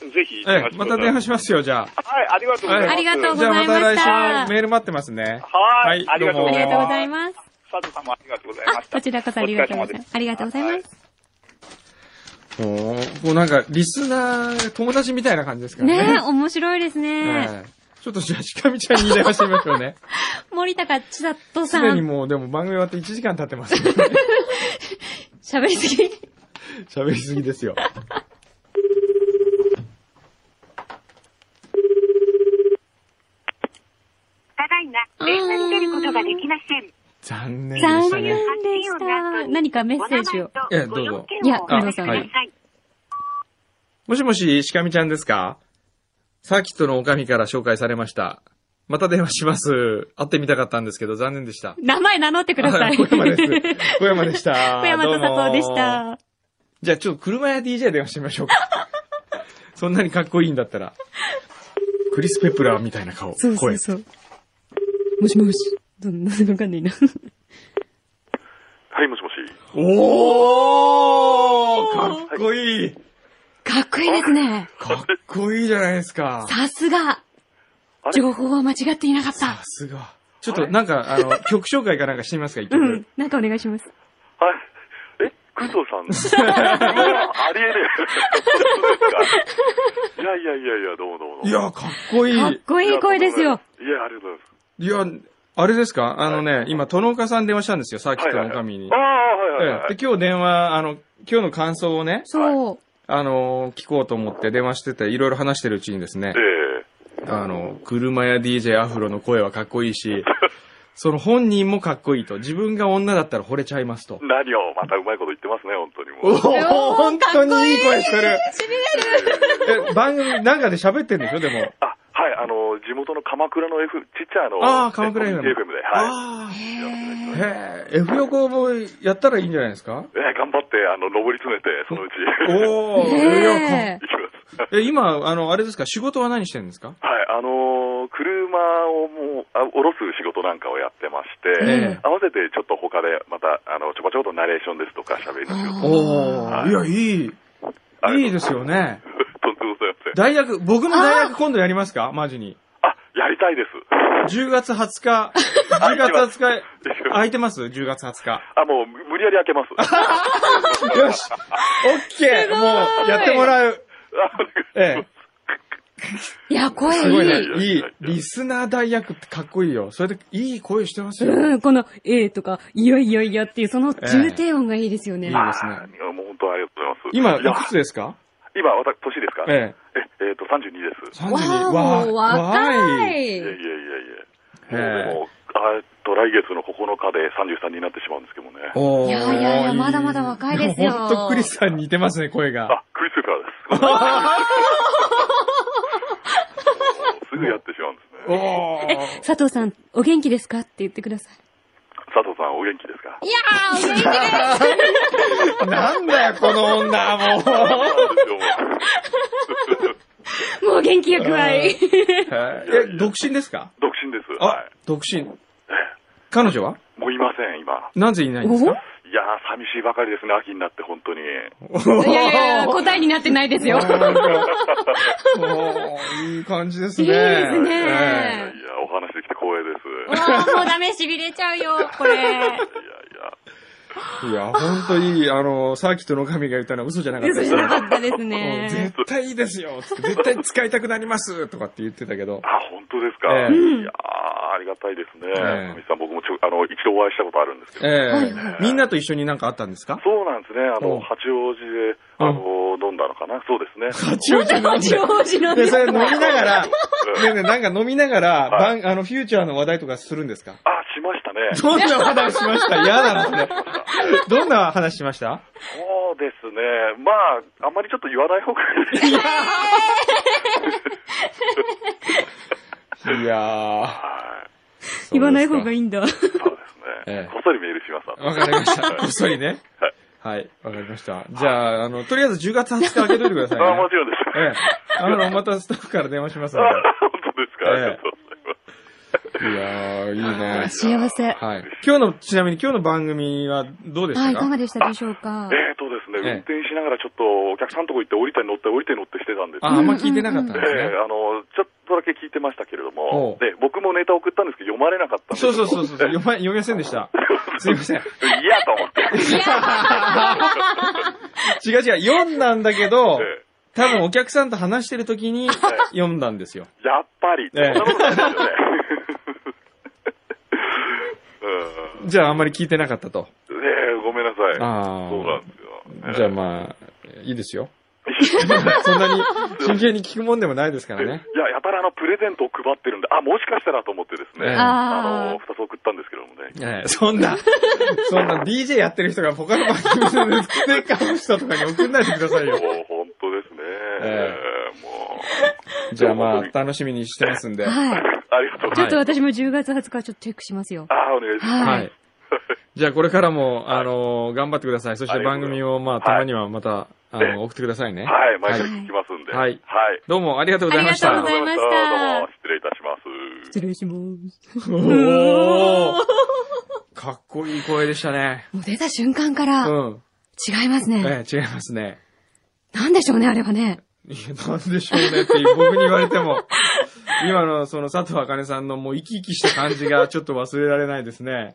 G: え、ぜひ
C: ええ、また電話
G: し
C: しますよ、じゃあ。
G: てください。はい、ありがとうございます。
D: ありがとう
C: じゃあまた
D: ございまし
C: 来
D: た。
C: 週メール待ってますね。
G: はい
C: はい
G: ありがとう
D: あ
G: ご
D: りが
G: ざい
D: とうご
G: ま
D: ざい
G: す。
D: ます。
G: 佐藤さんもありがとうございま
D: あ、
G: した。
D: こちらこそありがとうございます。ありがとうございます。
C: もう、もうなんか、リスナー、友達みたいな感じですからね。
D: ねえ、面白いですね。
C: ええちょっとじゃあ、しかみちゃんに電話してみましょうね。
D: 森高千
C: す
D: 里 さ
C: でに
D: ん、
C: もう、でも番組終わって1時間経ってます、ね。
D: 喋りすぎ。
C: 喋りすぎですよ。
H: ただいま、電話に出ることができません。
C: 残念で
D: 残
C: した
D: 念で
C: ね。
D: した。何かメッセージを。
C: ええどうぞ
D: いや工藤
H: く
D: さん
H: ださい。
C: もしもし、しかみちゃんですかサーキットのおかみから紹介されました。また電話します。会ってみたかったんですけど、残念でした。
D: 名前名乗ってくださ
C: あ
D: い。
C: 小山です。小山でした。
D: 小山と佐藤でし
C: どうも。
D: た。
C: じゃあちょっと車や DJ 電話してみましょうか。 そんなにかっこいいんだったら。クリス・ペプラーみたいな顔。
D: そうそうそう。もしもし。どんなわかんないな。
E: はい、もしもし。
C: 声おーかっこいい
D: かっこいいですね。
C: かっこいいじゃないですか。
D: さすが。
E: あれ
D: 情報は間違っていなかっ
C: さ
D: た。
C: すが。ちょっとなんか、あの、曲紹介かなんかしてみますか、一
D: う
C: 曲。
D: ん。なんかお願いします。
E: はい。え、工藤 さんうわありえねえ。い やいやいやいや、どうもどうも。
C: いや、かっこい
D: かっ
C: い。
D: こいい声ですよ。。
E: いや、ありがとうございます。
C: いや、あれですかあのね、今、殿岡さん電話したんですよ、サーキットの神に。
E: ああ、はいはいは
C: ええ
E: い。
C: で、今日電話、あの、今日の感想をね、
D: そう。
C: あの、聞こうと思って電話してて、いろいろ話してるうちにですね、
E: え
C: あの、車や DJ アフロの声はかっこいいし、 その本人もかっこいいと、自分が女だったら惚れちゃいますと
E: え。。何を、またうまいこと言ってますね、本当にもう。
C: おお本当にいい声してるえ、番組なんかで喋ってんでしょでも。
E: あ、はい、あの、地元の鎌倉の F、ちっちゃいあの、
C: ああ、鎌倉 FM。
E: FM で、はい。
C: ああ。
D: へー
C: へえ、F 横もやったらいいんじゃないですか
E: えー頑張って、あの、登り詰めて、そのうち、行
C: おお、いや
D: ねえ
E: きます。
C: かえ、今、あの、あれですか仕事は何してるんですか
E: はい、あのー車をもう、あ降ろす仕事なんかをやってまして
C: ええ、
E: 合わせてちょっと他で、また、あの、ちょこちょことナレーションですとか喋り ますよ。
C: おおいや、いい。
E: あ
C: いい
E: り
C: で
E: が
C: すよね。
E: とんでもございません。
C: 大学、僕の大学今度やりますかマジに。
E: あ、やりたいです。
C: 10月20日、10月20日、空いてます ?10 月20日。
E: あ、もう、無理やり開けます。あ
C: よしオッケーもう、やってもらう。ええ。
D: いや、声
C: すごい
D: いい。
C: ね。いい。リスナー大役ってかっこいいよ。それで、いい声してますよ。いい
D: うん、この、ええとか、いやいやいやっていう、その
C: ええ
D: 重低音がいいですよね。
C: ですね。
E: ーもう本当ありがとうございます。
C: 今、い
E: いや
C: くつですか
E: 今、私、年ですか
C: え
E: え、えっと、32です。
C: え。32。
D: わーお、若い
E: いやいやい
C: へ
E: やい
C: え
E: や。もう、あえっと、来月の9日で33になってしまうんですけどもね。
C: おー
D: いやいやいやまだまだ若いですよ
C: ほんとクリスさんに似てますね、声が。
E: あ、クリスペラーです。もうすぐやってしまうんです
C: お
E: ね。
C: おー
D: 佐藤さん、お元気ですかって言ってください。
E: 佐藤さん、お元気ですか
D: いやー、お元気です
C: なんだよ、この女、もう。
D: もう元気がくわい。
C: え、独身ですか
E: 独身です。は。
C: あ、独身。彼女はい
E: もういません、今。
C: なぜいないんですか
E: いやー、寂しいばかりですね、秋になって、本当に。
D: いやいやいや、 答えになってないですよ。
C: おーいい感じです
D: い
C: ね。
D: いです
E: いや
D: ね。
E: いや、お話できて光栄です。
D: わあ、もうダメ、痺れちゃうよ、これ。
E: いやいや。
C: ええいや、ほんといい、あの、サーキットの神が言ったのは嘘じゃなかったです
D: 嘘じ
C: ね
D: ゃなかったです
C: うん
D: ね。
C: 絶対いいですよつって絶対使いたくなりますとかって言ってたけど。
E: あ、本当ですか。
C: ええ
E: いやー、ありがたいですね。
C: ええ
E: 神さん、僕もちょあの一度お会いしたことあるんですけど。
C: え
D: は
C: え
D: いは
C: みんなと一緒になんかあったんですか
E: そうなんですね。あ
C: お
E: の、八王子で、あの、飲んだのかな。そうですね。
C: 八王子 飲んで
D: 八王子の
C: で、それ飲みながら、ねえねえなんか飲みながら、
E: は
C: 番あの、フューチャーの話題とかするんですか
E: あ、しましたね。
C: どんな話しました嫌だな、それ。どんな話しました
E: あ
G: そうですね。まあ、あんまりちょっと言わない方がいい。
C: いや
G: はい。
C: ー。
D: 言わない方がい
C: い。
D: いんだ。
G: そうですね
C: ええ。
G: こっそりメールします。あの
C: わかりました。こっそりね
G: は
C: は
G: い。
C: い、わかりました。じゃあ、あの、とりあえず10月20日開けといてください、ね。
G: あ、もちろんです。
C: ええ。あの、またスタッフから電話しますの
G: あ本当ですか。あり
C: ええ
G: がとうございま
C: で。
G: す。
C: いやー、いいね。
D: 幸せ。は
C: はい。今日の、ちなみに今日の番組はどうでした
D: い、い
C: か、
D: かがでしたでしょうか。
G: えーとですね、
C: ええ
G: 運転しながらちょっとお客さんのとこ行って降りて乗って降りて乗ってしてたんです
C: あ、あんま聞いてなかったん
G: え
C: ですね。
G: えあの、ちょっとだけ聞いてましたけれど
C: お
G: も
C: う、
G: で、僕もネタ送ったんですけど読まれなかったんです。
C: そうそうそううそう。読ま、読みませんでした。すいません。
G: いやと思って。
C: 違う違う。読んだんだけど、
G: ええ
C: 多分お客さんと話してる時に読んだんですよ。
G: やっぱり。そん
C: ええ
G: なことないですよね。うん
C: じゃああんまり聞いてなかったと。
G: ねえ、ごめんなさい。
C: ああ
G: そうなんですよ。
C: じゃあまあ、いいですよ。 そんなに真剣に聞くもんでもないですからね。
G: いや、やたらあの、プレゼントを配ってるんで、あ、もしかしたらと思ってです
C: ええ
G: ね、あ
D: あ
G: の、二つ送ったんですけどもね。
C: ええ、そんな、 そんな DJ やってる人が他の番組で作って買う人とかに送んないでくださいよ。
G: もう、本当ですね。
C: え
G: ええもう、
C: じゃあまあ、楽しみにしてますんで。
D: あ。はい。
G: ありがとうご
D: ち
G: ざい
D: ょ
G: ま
D: っ
G: す。
D: と私も10月20日ちょっとチェックしますよ。
G: ああ、お願いします。
D: は
C: はいい。。じゃあこれからも、あの、頑張ってください。そして番組を、まあ、たまにはまた、あの、送ってくださいね。
G: はい、毎回聞きますんで。
C: はい
G: はい。
C: どうもありがとうございました。
D: ありがとうございました
G: どうも、失礼いたします。
D: 失礼します。
C: おーかっこいい声でしたね。
D: もう出た瞬間か
C: う
D: ら、
C: ん。
D: 違いますね。
C: ええ、違いますね。
D: なんでしょうね、あれはね。
C: いや、なんでしょうねっていう僕に言われても、今のその佐藤茜さんのもう生き生きした感じがちょっと忘れられないですね。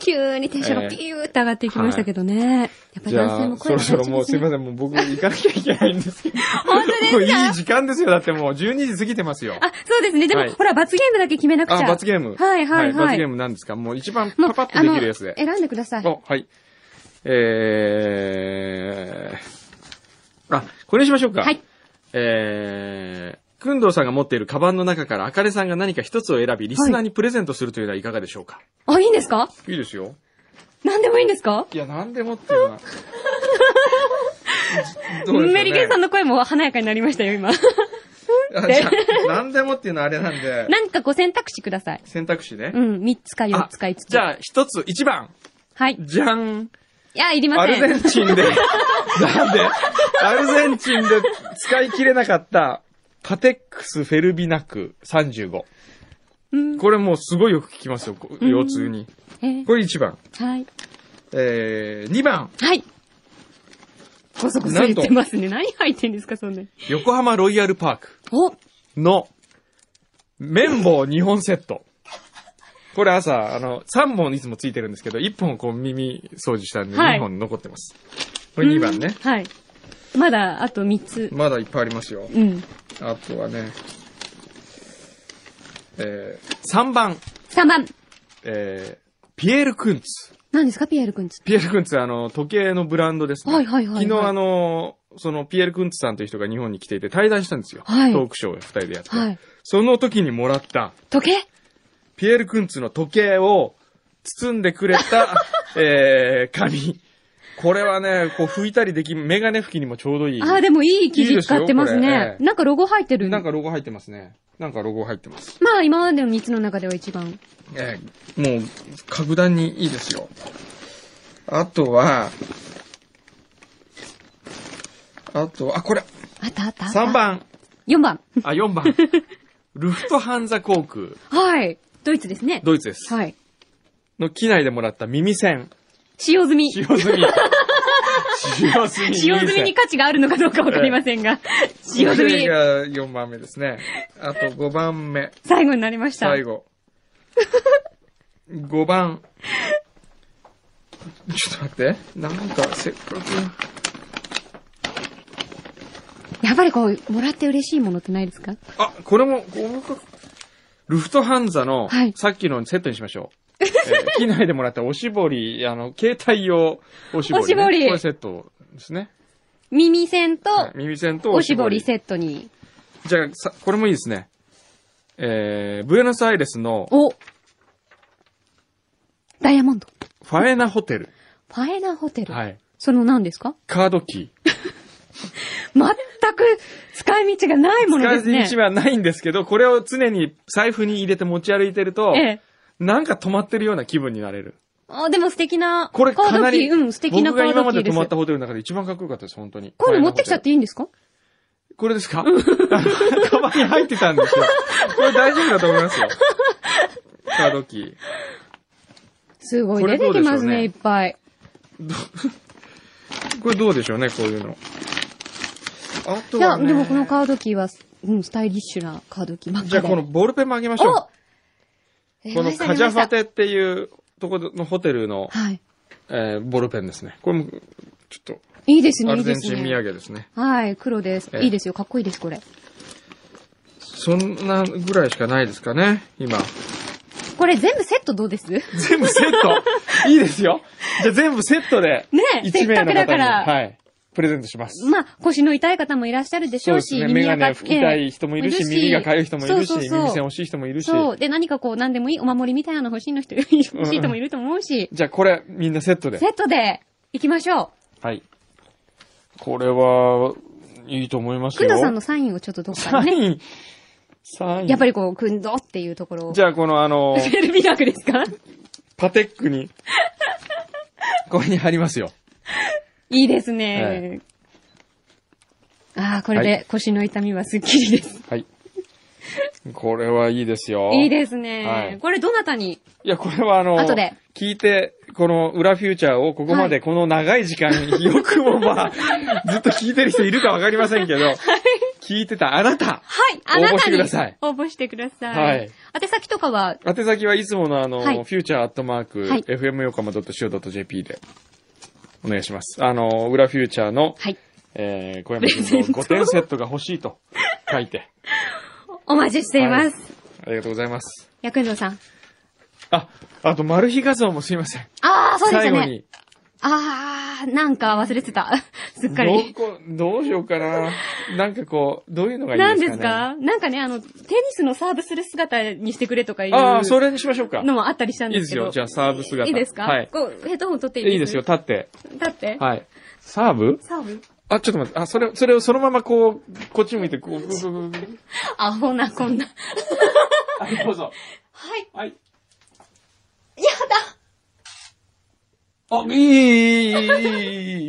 D: 急にテンションがピューって上がっていきましたけどね。やっぱり
C: じ
D: 男
C: ゃ
D: 性
C: あ、
D: も
C: そ
D: 声
C: ろ
D: が
C: そろもうすいま
D: ん。
C: せん、もう僕行かなきゃいけないんですけど。本当ですかもういい時間ですよ。だってもう12時過ぎてますよ。
D: あ、そうですね。で
C: はい
D: も、ほら、罰ゲームだけ決めなくちゃ。
C: あ、罰ゲーム。
D: はいはいはい。
C: 罰ゲームなんですかもう一番
D: もう
C: パパッとできるやつで
D: あ。の選んでください。
C: お、はい。えー、あ、これにしましょうか。
D: はい。
C: えー、くんどうさんが持っているカバンの中から、あかねさんが何か一つを選び、リスナーにプレゼントするというのはいかがでしょうか、
D: あ、いいんですか
C: い、いですよ。
D: 何でもいいんですか
C: いや、なんでもっていうのは。どうでしょうね
D: メリケンさんの声も華やかになりましたよ、今。
C: あじゃあなんでもっていうのはあれなんで、
D: 何かご選択肢ください。
C: 選択肢ね。
D: うん、3つか
C: あ
D: 4つか5つか。
C: じゃあ、一つ、一番。
D: はい。い
C: じゃん。
D: や、いりま
C: ア
D: せ
C: ル
D: ん。
C: ゼンチンで、なんで、アルゼンチンで使い切れなかった、パテックス・フェルビナク35。
D: うん。
C: これもうすごいよく聞きますよ、こ腰痛に。
D: えー
C: これ1番。
D: はい。
C: えー、2番、
D: はい。ごそごそ言ってますね。何入ってんですか、そんなに。
C: 横浜ロイヤルパーク
D: お
C: の、綿棒2本セット。これ朝、あの、3本いつもついてるんですけど、1本こう耳掃除したんで、
D: はい
C: 2本残ってます。これ2番ね。
D: はい。まだ、あと3つ。
C: まだいっぱいありますよ。
D: うん。
C: あとはね、えー、3番、
D: 3番。
C: えー、ピエール・クンツ。
D: 何ですか、ピエールくんち。
C: ピエール・クンツはあの、時計のブランドですね。
D: はいはいはいはい
C: 昨日あの、そのピエール・クンツさんという人が日本に来ていて対談したんですよ。
D: はい
C: トークショーを2人でやって。
D: はい。
C: その時にもらった、
D: 時計
C: ピエール・クンツの時計を包んでくれ た、えー、紙。これはね、こう拭いたりでき、メガネ拭きにもちょうどいい。
D: ああ、でもいい生
C: いいで
D: 地
C: すよ
D: 使ってます
C: こ
D: ね
C: れ。
D: なんかロゴ入ってる。
C: なんかロゴ入ってますね。なんかロゴ入ってます。
D: まあ、今までの3つの中では一番。
C: えー、もう、格段にいいですよ。あとは、あと、あ、これ、
D: あったあったあった。
C: 3。番。
D: 4番。
C: あ、4番。 ルフトハンザ航空、
D: はい。ドイツですね。
C: ドイツです。
D: はい。
C: の機内でもらった耳栓。
D: 使用済み。
C: 使用済み。使用済み。
D: 使用済みに価値があるのかどうかわかりませんが、使用済
C: これ
D: み、
C: が4番目ですね。あと5番目。
D: 最後になりました。
C: 最後。5番。ちょっと待って。なんか、せっかく。
D: やっぱりこう、もらって嬉しいものってないですか
C: あ、これも、合格ルフトハンザの、
D: はい
C: さっきのセットにしましょう。え ー機内でもらったおしぼり、あの、携帯用おしぼり、ね。
D: おしぼり
C: これセットですね。
D: 耳栓と、
C: はい耳栓と
D: おしぼりセットに。
C: じゃあ、さ、これもいいですね。えー、ブエノスアイレスの
D: おダイヤモンド。
C: ファエナホテル。
D: ファエナホテル。
C: はい。
D: その何ですか
C: カードキー。
D: 全く使い道がないものです
C: 使
D: ね。
C: い道はないんですけど、これを常に財布に入れて持ち歩いてると、
D: ええ。
C: なんか止まってるような気分になれる。
D: あ、でも素敵な、
C: これ
D: カー
C: か
D: ド
C: な
D: キ
C: り、
D: ー、うん、素敵な
C: 僕
D: カ
C: が
D: ー
C: 今
D: ド
C: ま
D: キ
C: で
D: ーで
C: 泊
D: す。
C: まったホテルの中で一番かっこよかったです、本当に。
D: 今度持ってきちゃっていいんですか
C: これですかあのカバンに入ってたんですよ。これ大丈夫だと思いますよ。カードキー。
D: すごい、
C: これ
D: 出
C: ど
D: て
C: うでしょ
D: き
C: うね
D: ますね、いっぱい。
C: これどうでしょうね、こういうの。あと
D: いや、
C: は、ね、
D: でもこのカードキーは、うん、スタイリッシュなカードキーばっかり。
C: じゃあこのボールペンもあげましょう。
D: おえー
C: このカジャファ。
D: 出ました出まし
C: テっていうところのホテルの、
D: たはい。
C: えーボールペンですね。これも、ちょっ
D: いいです
C: と、ア
D: ね、い
C: ルゼ
D: いで
C: ン
D: す
C: チン土
D: ね。
C: 産ですね。
D: はい、黒です。
C: ええ
D: いいですよ、かっこいいです、これ。
C: そんなぐらいしかないですかね、 今。
D: これ全部セットどうです ね
C: 全部セットいいですよ。じゃあ全部セットで、
D: え、せ
C: 1
D: っか
C: 名の方
D: くだ
C: に、
D: から。
C: はい、プレゼントします。
D: まあ、腰の痛い方もいらっしゃるでし
C: そう
D: ょ
C: で
D: う
C: す
D: し、
C: ね。メガネ
D: が
C: 拭きたい人もいるし、耳が痒い人もいるし、
D: そうそうそう
C: 耳栓欲しい人もいるし。
D: そう。で、何かこう、何でもいい、お守りみたいなの欲しいの人、欲しい人もいると思うし、
C: じゃあこれ、みんなセットで
D: セ。ットで行きましょう。
C: はい。これは、いいと思います
D: くん
C: よ。
D: どさんのサインをちょっとどっか
C: サ
D: にね。
C: イン、サイン。
D: やっぱりこう、くんどっていうところを。
C: じゃあこのあの、
D: テレビ学ですか
C: パテックに、 これに貼りますよ。
D: いいですね。ああ、これ
C: は
D: で腰の痛みはすっきりです。
C: はい。これはいいですよ。
D: いいです
C: は
D: ね
C: い。
D: これどなたに
C: いや、これはあの、
D: 後で
C: 聞いて、この裏フューチャーをここま
D: は
C: でこの長い時間に、よくも まあ、ずっと聞いてる人いるかわかりませんけど、聞いてたあなた、
D: はい、あなたに
C: 応募してください
D: 応募してください。
C: はい
D: 宛先とかは、
C: 宛先はいつものあの、
D: はい
C: フューチャーアットマーク、
D: はい
C: FM 横浜 .co.jp で、お願いします。あの、裏フューチャーの、
D: はい、
C: えー、小山君の5点セットが欲しいと書いて、
D: お待ちしています。
C: ありがとうございます。
D: やくんどさん。
C: あ、あと、マル秘画像もすいません。
D: ああ、そうでし
C: 最
D: た
C: 後
D: ね。
C: に、
D: ああ、なんか忘れてた。 すっか
C: ど
D: り。
C: こ、どうしようかな。なんかこう、どういうのがいいですかね。
D: 何ですかなんかね、あの、テニスのサーブする姿にしてくれとかいう
C: ああ、そ
D: の
C: れにしましょうか。
D: もあったりしたん
C: いい
D: で
C: ですす
D: けど。
C: よ。じゃあ、サーブ姿。
D: いいですか
C: はい。
D: こう、ヘッドホン取っていいです
C: いいですよ。立って。
D: だって。
C: はい。サーブ
D: サーブ
C: あ、ちょっと待って。あ、それ、それをそのままこう、こっち向いて、こう、こうこうこ う
D: アホな、こんな。
C: はい、どうぞ。
D: はい。
C: はい。
D: やだ
C: あ、いいいい、いい、いい、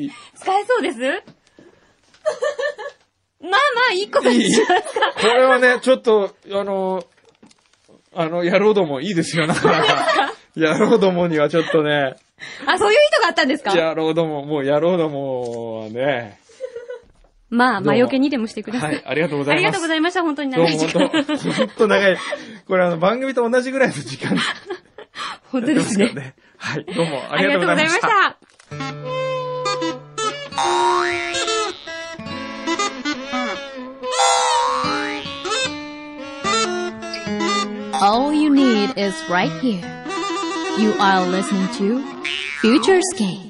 C: いい。
D: 使えそうで すまあまあ、いいことにしますか。
C: これはね、ちょっと、あの、あの、野郎どもいいですよ、なかな か。野郎どもにはちょっとね、
D: あ、そういう意図があったんですか
C: 野郎ども、もう野郎どもはね、
D: ま
C: どう
D: あ、
C: も
D: 魔除けにでもしてくださ。
C: はいい、ありがとうござ
D: あ
C: います。
D: りがとうございました。本当に
C: どう
D: 長い時間
C: も。本当、本当長い。これあの、番組と同じぐらいの時間
D: 本当ですね。
C: ね。はい、どう もあ
D: あ
C: り
D: り
C: がとうござ
D: がとうござ
C: い
D: い
C: まし。
D: ましたた。
B: All you need is right here. You are listening to Future Scape.